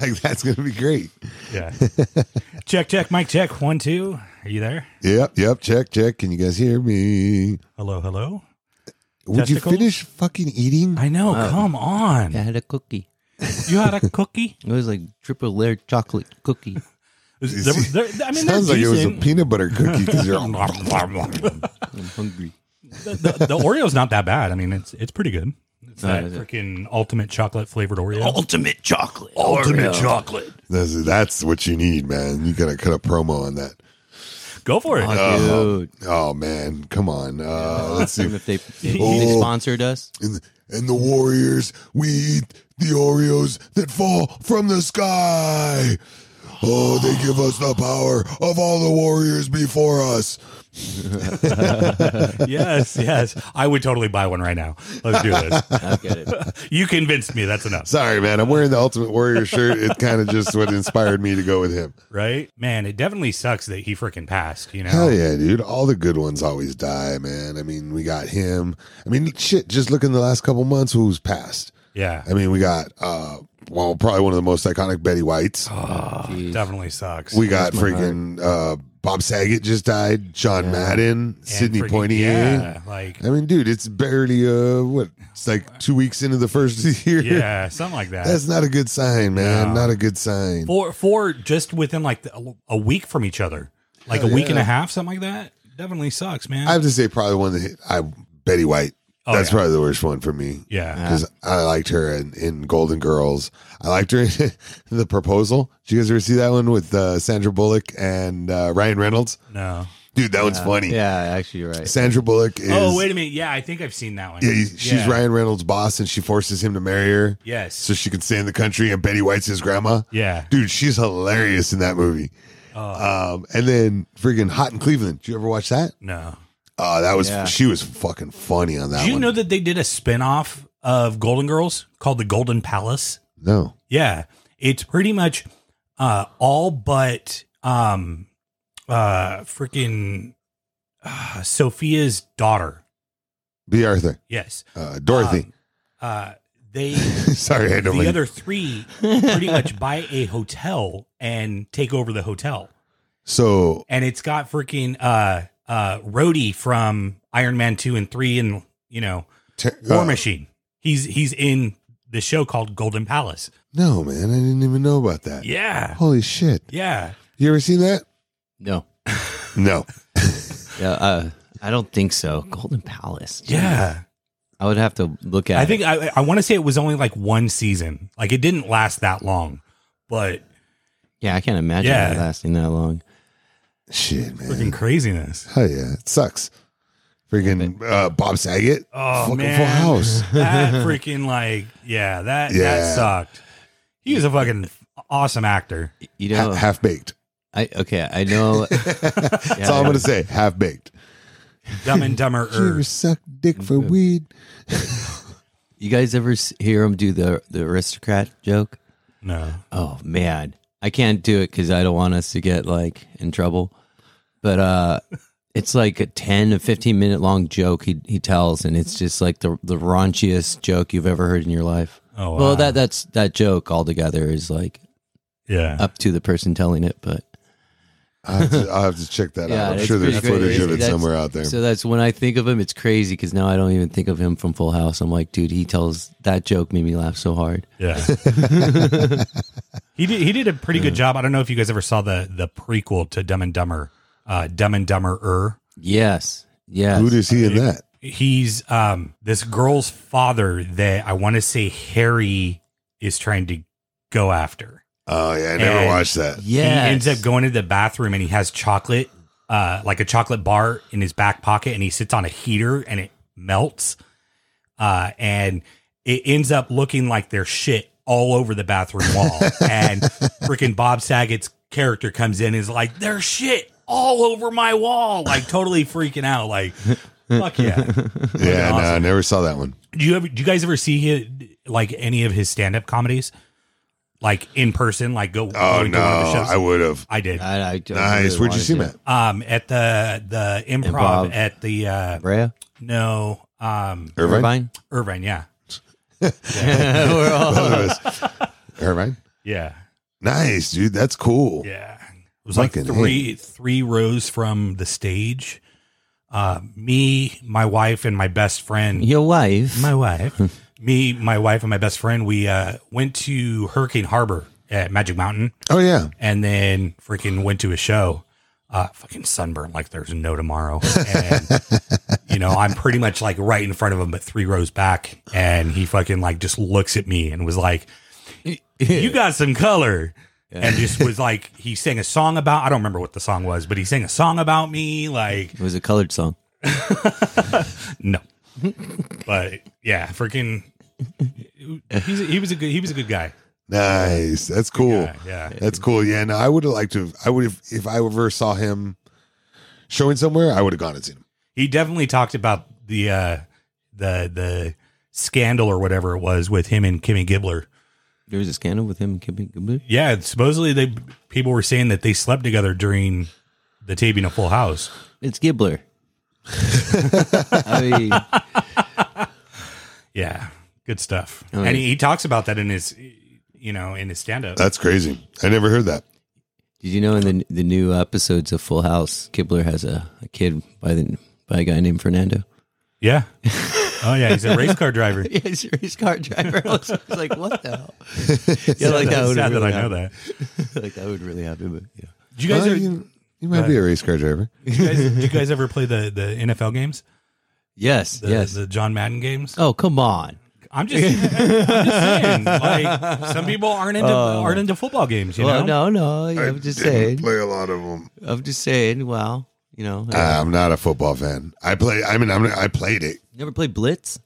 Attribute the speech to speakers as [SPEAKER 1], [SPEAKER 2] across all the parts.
[SPEAKER 1] Like that's gonna be great.
[SPEAKER 2] Yeah. check, check, mic check. One, two. Are you there?
[SPEAKER 1] Yep, yep. Check, check. Can you guys hear me?
[SPEAKER 2] Hello, hello.
[SPEAKER 1] Would
[SPEAKER 2] Testicles?
[SPEAKER 1] you finish fucking eating?
[SPEAKER 2] I know.
[SPEAKER 3] Oh.
[SPEAKER 2] come on.
[SPEAKER 3] I had a cookie.
[SPEAKER 2] You had a cookie?
[SPEAKER 3] It was like triple layer chocolate cookie.
[SPEAKER 2] Is- there- there- I mean,
[SPEAKER 1] Sounds
[SPEAKER 2] they're
[SPEAKER 1] like it was a
[SPEAKER 2] decent.
[SPEAKER 1] peanut butter cookie because you're.
[SPEAKER 3] I'm hungry.
[SPEAKER 2] the, the, the Oreo's not that bad. I mean, it's it's pretty good. It's
[SPEAKER 1] Oh,
[SPEAKER 3] No,
[SPEAKER 2] that
[SPEAKER 3] is it?
[SPEAKER 2] freaking ultimate chocolate flavored Oreo.
[SPEAKER 3] Ultimate chocolate.
[SPEAKER 2] chocolate.
[SPEAKER 1] That's, that's what you need, man. You gotta cut a promo on that.
[SPEAKER 2] Go for it.
[SPEAKER 1] Oh.
[SPEAKER 3] Dude.
[SPEAKER 1] Oh man, come on. Uh, let's see.
[SPEAKER 3] Even if they, if they
[SPEAKER 1] Oh.
[SPEAKER 3] sponsored us,
[SPEAKER 1] And, and the Warriors, we eat the Oreos that fall from the sky. Oh, they give us the power of all the warriors before us.
[SPEAKER 2] yes, yes. I would totally buy one right now. Let's do this.
[SPEAKER 3] I get it.
[SPEAKER 2] you convinced me. That's enough.
[SPEAKER 1] Sorry, man. I'm wearing the Ultimate Warrior shirt. It kind of just what inspired me to go with him.
[SPEAKER 2] Right? Man, it definitely sucks that he freaking passed, you know?
[SPEAKER 1] Hell yeah, dude. All the good ones always die, man. I mean, we got him. I mean, shit, just look in the last couple months who's passed.
[SPEAKER 2] Yeah.
[SPEAKER 1] I mean, we got, uh, well, probably one of the most iconic Betty Whites.
[SPEAKER 2] Oh,
[SPEAKER 3] Jeez.
[SPEAKER 2] Definitely sucks.
[SPEAKER 1] We got freaking uh, Bob Saget just died, John Madden,
[SPEAKER 2] And
[SPEAKER 1] Sidney
[SPEAKER 2] freaking-
[SPEAKER 1] Poitier.
[SPEAKER 2] Yeah, like,
[SPEAKER 1] I mean, dude, it's barely uh what? It's like two weeks into the first year.
[SPEAKER 2] yeah, something like that.
[SPEAKER 1] That's not a good sign, man.
[SPEAKER 2] No.
[SPEAKER 1] Not a good sign.
[SPEAKER 2] four, four just within like the, a week from each other, like a week and a half, something like that. Definitely sucks, man.
[SPEAKER 1] I have to say, probably one that I Betty White.
[SPEAKER 2] Oh,
[SPEAKER 1] That's
[SPEAKER 2] yeah.
[SPEAKER 1] probably the worst one for me.
[SPEAKER 2] yeah.
[SPEAKER 1] Because I liked her in, in Golden Girls. I liked her in The Proposal. Did you guys ever see that one with uh, Sandra Bullock and uh, Ryan Reynolds?
[SPEAKER 2] No.
[SPEAKER 1] Dude, that one's funny.
[SPEAKER 3] Uh, Yeah, actually, you're right.
[SPEAKER 1] Sandra Bullock is.
[SPEAKER 2] oh, wait a minute. Yeah, I think I've seen that one.
[SPEAKER 1] Yeah, he- she's
[SPEAKER 2] Yeah.
[SPEAKER 1] Ryan Reynolds' boss, and she forces him to marry her
[SPEAKER 2] Yes.
[SPEAKER 1] so she can stay in the country. And Betty White's his grandma.
[SPEAKER 2] yeah. Oh,
[SPEAKER 1] dude, she's hilarious in that movie. Um, and then friggin' Hot in Cleveland. Did you ever watch that?
[SPEAKER 2] No.
[SPEAKER 1] Oh, that was
[SPEAKER 3] Yeah.
[SPEAKER 1] she was fucking funny on that
[SPEAKER 2] Did you
[SPEAKER 1] one.
[SPEAKER 2] know that they did a spinoff of Golden Girls called The Golden Palace?
[SPEAKER 1] no,
[SPEAKER 2] Yeah. It's pretty much uh all but um uh freaking uh, Sophia's daughter.
[SPEAKER 1] B. Arthur,
[SPEAKER 2] Yes.
[SPEAKER 1] uh, Dorothy.
[SPEAKER 2] Um, uh they
[SPEAKER 1] Sorry, I don't
[SPEAKER 2] the
[SPEAKER 1] like.
[SPEAKER 2] other three pretty much buy a hotel and take over the hotel.
[SPEAKER 1] so
[SPEAKER 2] And it's got freaking uh uh Rhodey from Iron Man 2 and 3 and you know
[SPEAKER 1] ter-
[SPEAKER 2] War
[SPEAKER 1] uh,
[SPEAKER 2] Machine. He's he's in the show called Golden Palace.
[SPEAKER 1] No, man, I didn't even know about that.
[SPEAKER 2] Yeah.
[SPEAKER 1] Holy shit!
[SPEAKER 2] Yeah.
[SPEAKER 1] You ever seen that?
[SPEAKER 3] No,
[SPEAKER 1] No.
[SPEAKER 3] yeah, uh, I don't think so. Golden Palace.
[SPEAKER 2] Yeah.
[SPEAKER 3] I would have to look at.
[SPEAKER 2] I think I I want to say it was only like one season. Like it didn't last that long. But
[SPEAKER 3] It. Yeah, I can't imagine
[SPEAKER 2] Yeah.
[SPEAKER 3] it lasting that long.
[SPEAKER 1] Shit,
[SPEAKER 2] freaking
[SPEAKER 1] man.
[SPEAKER 2] craziness.
[SPEAKER 1] Oh yeah, it sucks. Freaking uh, Bob Saget.
[SPEAKER 2] Oh,
[SPEAKER 1] fucking
[SPEAKER 2] man.
[SPEAKER 1] Full House.
[SPEAKER 2] That freaking like yeah, that that
[SPEAKER 1] Yeah.
[SPEAKER 2] sucked. He was a fucking awesome actor.
[SPEAKER 3] You
[SPEAKER 1] Ha-
[SPEAKER 3] know,
[SPEAKER 1] half baked.
[SPEAKER 3] I okay, I know.
[SPEAKER 1] That's all I'm gonna say. Half baked.
[SPEAKER 2] Dumb and dumber er.
[SPEAKER 1] sucked dick for weed.
[SPEAKER 3] You guys ever s- hear him do the the aristocrat joke?
[SPEAKER 2] No.
[SPEAKER 3] Oh man, I can't do it because I don't want us to get like in trouble. But uh, it's like a ten to fifteen minute long joke he he tells, and it's just like the the raunchiest joke you've ever heard in your life.
[SPEAKER 2] Oh, wow.
[SPEAKER 3] Well, that that's that joke altogether is like
[SPEAKER 2] Yeah.
[SPEAKER 3] up to the person telling it, but
[SPEAKER 1] I'll have, to, I'll have to check that
[SPEAKER 3] Yeah,
[SPEAKER 1] out. I'm
[SPEAKER 3] it's
[SPEAKER 1] sure there's
[SPEAKER 3] pretty
[SPEAKER 1] footage
[SPEAKER 3] crazy.
[SPEAKER 1] of it
[SPEAKER 3] That's-
[SPEAKER 1] somewhere out there.
[SPEAKER 3] so that's when I think of him, it's crazy because now I don't even think of him from Full House. I'm like, dude, he tells that joke made me laugh so hard.
[SPEAKER 2] Yeah. he did he did a pretty good job. I don't know if you guys ever saw the the prequel to Dumb and Dumber, uh Dumb and Dumber Er.
[SPEAKER 3] Yes, yes,
[SPEAKER 1] Who does he in that?
[SPEAKER 2] He's um this girl's father that I want to say Harry is trying to go after.
[SPEAKER 1] Oh yeah, I never
[SPEAKER 2] And-
[SPEAKER 1] watched that.
[SPEAKER 3] yes.
[SPEAKER 2] He ends up going to the bathroom and he has chocolate uh like a chocolate bar in his back pocket and he sits on a heater and it melts. Uh and it ends up looking like there's shit all over the bathroom wall. and freaking Bob Saget's character comes in and is like, there's shit all over my wall. Like totally freaking out. Like, fuck yeah.
[SPEAKER 1] Yeah, no, I
[SPEAKER 2] awesome.
[SPEAKER 1] never saw that one.
[SPEAKER 2] Do you ever? Do you guys ever see him, like any of his stand-up comedies, like in person? Like go.
[SPEAKER 1] Oh
[SPEAKER 2] go to
[SPEAKER 1] no,
[SPEAKER 2] one of the shows?
[SPEAKER 1] I would have.
[SPEAKER 2] I did.
[SPEAKER 3] I, I, I
[SPEAKER 1] Nice.
[SPEAKER 3] really
[SPEAKER 1] Where'd you
[SPEAKER 3] wanted
[SPEAKER 1] see
[SPEAKER 3] to.
[SPEAKER 1] him at?
[SPEAKER 2] Um, at the the improv,
[SPEAKER 3] Improv.
[SPEAKER 2] at the uh,
[SPEAKER 3] Brea?
[SPEAKER 2] no, um,
[SPEAKER 1] Irvine.
[SPEAKER 3] Irvine?
[SPEAKER 2] Irvine. Yeah,
[SPEAKER 3] We're all-
[SPEAKER 1] Both of us. Irvine.
[SPEAKER 2] yeah.
[SPEAKER 1] Nice, dude. That's cool.
[SPEAKER 2] Yeah. It was like
[SPEAKER 1] Fucking
[SPEAKER 2] three three rows from the stage. Uh, me, my wife, and my best friend.
[SPEAKER 3] Your wife.
[SPEAKER 2] My wife. me, my wife, and my best friend. We uh, went to Hurricane Harbor at Magic Mountain,
[SPEAKER 1] Oh yeah.
[SPEAKER 2] and then freaking went to a show. Uh, fucking sunburned like there's no tomorrow. And you know, I'm pretty much like right in front of him, but three rows back, and he fucking like just looks at me and was like, you got some color. And just was like, he sang a song about, I don't remember what the song was, but he sang a song about me. Like,
[SPEAKER 3] it was a colored song.
[SPEAKER 2] no. but yeah, freaking. He's a, he was a good he was a good guy.
[SPEAKER 1] Nice. That's cool.
[SPEAKER 2] Yeah, yeah.
[SPEAKER 1] That's cool. Yeah. No, I would have liked to. Have, I would have if I ever saw him showing somewhere. I would have gone and seen him.
[SPEAKER 2] He definitely talked about the uh the the scandal or whatever it was with him and Kimmy Gibbler.
[SPEAKER 3] There was a scandal with him and Kimmy Gibbler.
[SPEAKER 2] Yeah, supposedly they people were saying that they slept together during the taping of Full House.
[SPEAKER 3] It's Gibbler. I mean,
[SPEAKER 2] Yeah, good stuff.
[SPEAKER 3] Oh,
[SPEAKER 2] and
[SPEAKER 3] yeah.
[SPEAKER 2] he, he talks about that in his, you know, in his stand up.
[SPEAKER 1] That's crazy. I never heard that.
[SPEAKER 3] did you know in the the new episodes of Full House, Gibbler has a, a kid by the by a guy named Fernando.
[SPEAKER 2] Yeah. Oh yeah, he's a race car driver.
[SPEAKER 3] Yeah, he's a race car driver. I was like, what the hell? yeah, like that
[SPEAKER 2] It's
[SPEAKER 3] would
[SPEAKER 2] sad
[SPEAKER 3] really
[SPEAKER 2] that I know
[SPEAKER 3] happen.
[SPEAKER 2] that.
[SPEAKER 3] like that would really happen. But yeah,
[SPEAKER 2] Did you guys,
[SPEAKER 1] Well,
[SPEAKER 2] ever,
[SPEAKER 1] Uh, you, you might be a race car driver.
[SPEAKER 2] did you guys, did you guys ever play the the NFL games?
[SPEAKER 3] yes,
[SPEAKER 2] The,
[SPEAKER 3] yes.
[SPEAKER 2] The John Madden games.
[SPEAKER 3] oh come on.
[SPEAKER 2] I'm just, I'm just saying, like some people aren't into aren't into football games. You
[SPEAKER 3] Uh, Well,
[SPEAKER 2] know.
[SPEAKER 3] no, no. I'm just saying.
[SPEAKER 1] play a lot of them.
[SPEAKER 3] I'm just saying. Well, you know, I
[SPEAKER 2] Uh,
[SPEAKER 1] I'm not a football fan. I play. I mean, I'm, I played it.
[SPEAKER 3] never played blitz.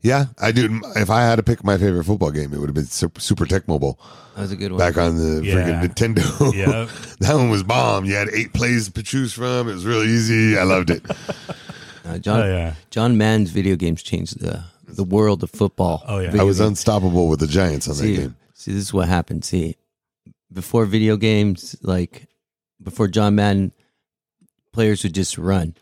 [SPEAKER 1] Yeah, I do. If I had to pick my favorite football game, it would have been Super, Super Tech Mobile
[SPEAKER 3] That was a good one.
[SPEAKER 1] back on the
[SPEAKER 2] Yeah.
[SPEAKER 1] freaking Nintendo.
[SPEAKER 2] Yep.
[SPEAKER 1] that one was bomb. You had eight plays to choose from. It was really easy. I loved it.
[SPEAKER 3] Uh, John
[SPEAKER 2] Oh, yeah.
[SPEAKER 3] John Mann's video games changed the the world of football.
[SPEAKER 2] Oh, yeah.
[SPEAKER 1] I
[SPEAKER 3] Video
[SPEAKER 1] was
[SPEAKER 3] games.
[SPEAKER 1] unstoppable with the Giants on that
[SPEAKER 3] see,
[SPEAKER 1] game.
[SPEAKER 3] see, this is what happened. See, before video games, like before John Madden, players would just run.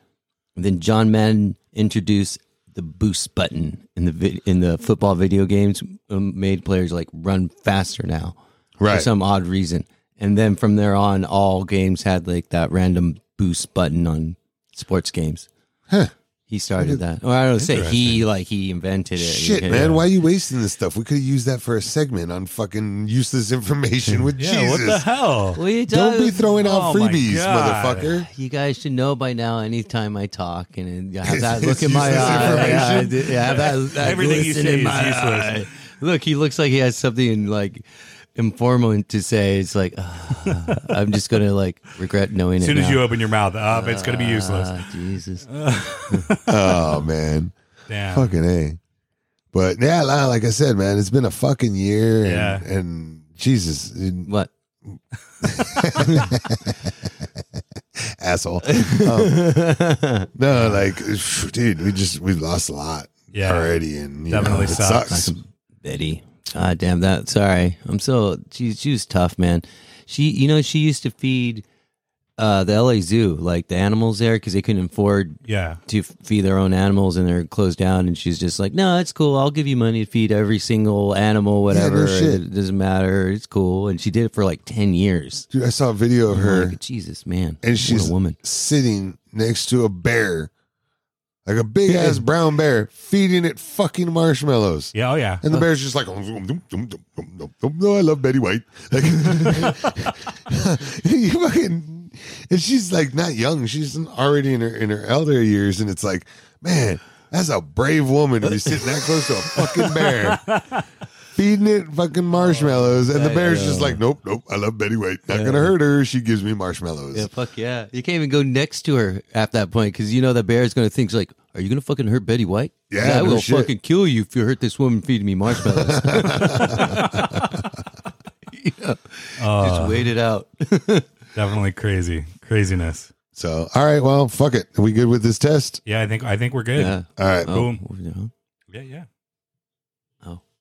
[SPEAKER 3] And then John Madden introduced the boost button in the vid- in the football video games, um, made players like run faster now
[SPEAKER 1] Right.
[SPEAKER 3] for some odd reason. And then from there on, all games had like that random boost button on sports games.
[SPEAKER 1] Huh.
[SPEAKER 3] He started that. Or I don't say he like he invented it.
[SPEAKER 1] Shit,
[SPEAKER 3] Yeah.
[SPEAKER 1] man. Why are you wasting this stuff? We could have used that for a segment on fucking useless information with
[SPEAKER 2] Yeah. What
[SPEAKER 1] Jesus.
[SPEAKER 2] the hell?
[SPEAKER 3] What are you
[SPEAKER 1] Don't
[SPEAKER 3] talking-
[SPEAKER 1] be throwing out
[SPEAKER 2] Oh my
[SPEAKER 1] freebies,
[SPEAKER 2] God.
[SPEAKER 1] motherfucker.
[SPEAKER 3] You guys should know by now. Anytime I talk and I have that
[SPEAKER 1] It's
[SPEAKER 3] look in my
[SPEAKER 1] useless
[SPEAKER 3] eye, yeah, I
[SPEAKER 1] information.
[SPEAKER 3] did- yeah, I have that, that
[SPEAKER 2] Everything you
[SPEAKER 3] glisten
[SPEAKER 2] say
[SPEAKER 3] in
[SPEAKER 2] is
[SPEAKER 3] my
[SPEAKER 2] useless.
[SPEAKER 3] eye. Look, he looks like he has something like informal to say. It's like ah, I'm just gonna like regret knowing
[SPEAKER 2] As
[SPEAKER 3] it.
[SPEAKER 2] soon as
[SPEAKER 3] now.
[SPEAKER 2] you Uh, open your mouth, up, it's gonna be useless.
[SPEAKER 3] Ah, Jesus.
[SPEAKER 1] oh, man.
[SPEAKER 2] Damn.
[SPEAKER 1] Fucking A. But yeah, li- like I said, man, it's been a fucking year. And,
[SPEAKER 2] Yeah.
[SPEAKER 1] and Jesus, and-
[SPEAKER 3] What?
[SPEAKER 1] asshole. Um, no, like, dude, we just, we've lost a lot
[SPEAKER 2] Yeah.
[SPEAKER 1] already. And you
[SPEAKER 2] Definitely
[SPEAKER 1] know, it
[SPEAKER 2] sucks.
[SPEAKER 1] sucks.
[SPEAKER 3] Betty. God damn that. Sorry. I'm so she she was tough, man. She you know, she used to feed uh the LA zoo, like the animals there because they couldn't afford
[SPEAKER 2] Yeah.
[SPEAKER 3] to f- feed their own animals and they're closed down and she's just like, "No, it's cool. I'll give you money to feed every single animal whatever.
[SPEAKER 1] shit.
[SPEAKER 3] It doesn't matter. It's cool." And she did it for like 10 years.
[SPEAKER 1] Dude, I saw a video of
[SPEAKER 2] Oh
[SPEAKER 3] I'm
[SPEAKER 1] her.
[SPEAKER 3] like, Jesus, man.
[SPEAKER 1] and
[SPEAKER 3] What
[SPEAKER 1] she's
[SPEAKER 3] a woman.
[SPEAKER 1] sitting next to a bear, like a big ass brown bear, feeding it fucking marshmallows.
[SPEAKER 2] Yeah. Oh yeah.
[SPEAKER 1] And the bear's just like, "Oh, dum, dum, dum, dum, dum, dum, dum. no, I love Betty White. Like, you fucking, and she's like not young; she's already in her in her elder years, and it's like, man, that's a brave woman to be sitting that close to a fucking bear, feeding it fucking marshmallows, and the bear's just like, nope, nope, I love Betty White. Not gonna hurt her. She gives me marshmallows.
[SPEAKER 3] Yeah, fuck yeah. You can't even go next to her at that point because you know the bear is going to think, like, are you going to fucking hurt Betty White? 'Cause
[SPEAKER 1] Yeah,
[SPEAKER 3] I
[SPEAKER 1] no
[SPEAKER 3] will
[SPEAKER 1] shit.
[SPEAKER 3] fucking kill you if you hurt this woman feeding me marshmallows. yeah. Just wait it out.
[SPEAKER 2] Definitely crazy. Craziness.
[SPEAKER 1] So, all right, well, fuck it. Are we good with this test?
[SPEAKER 2] Yeah. I think I think we're good.
[SPEAKER 3] Yeah.
[SPEAKER 1] All right.
[SPEAKER 2] Boom.
[SPEAKER 3] Oh, you know.
[SPEAKER 2] Yeah. Yeah.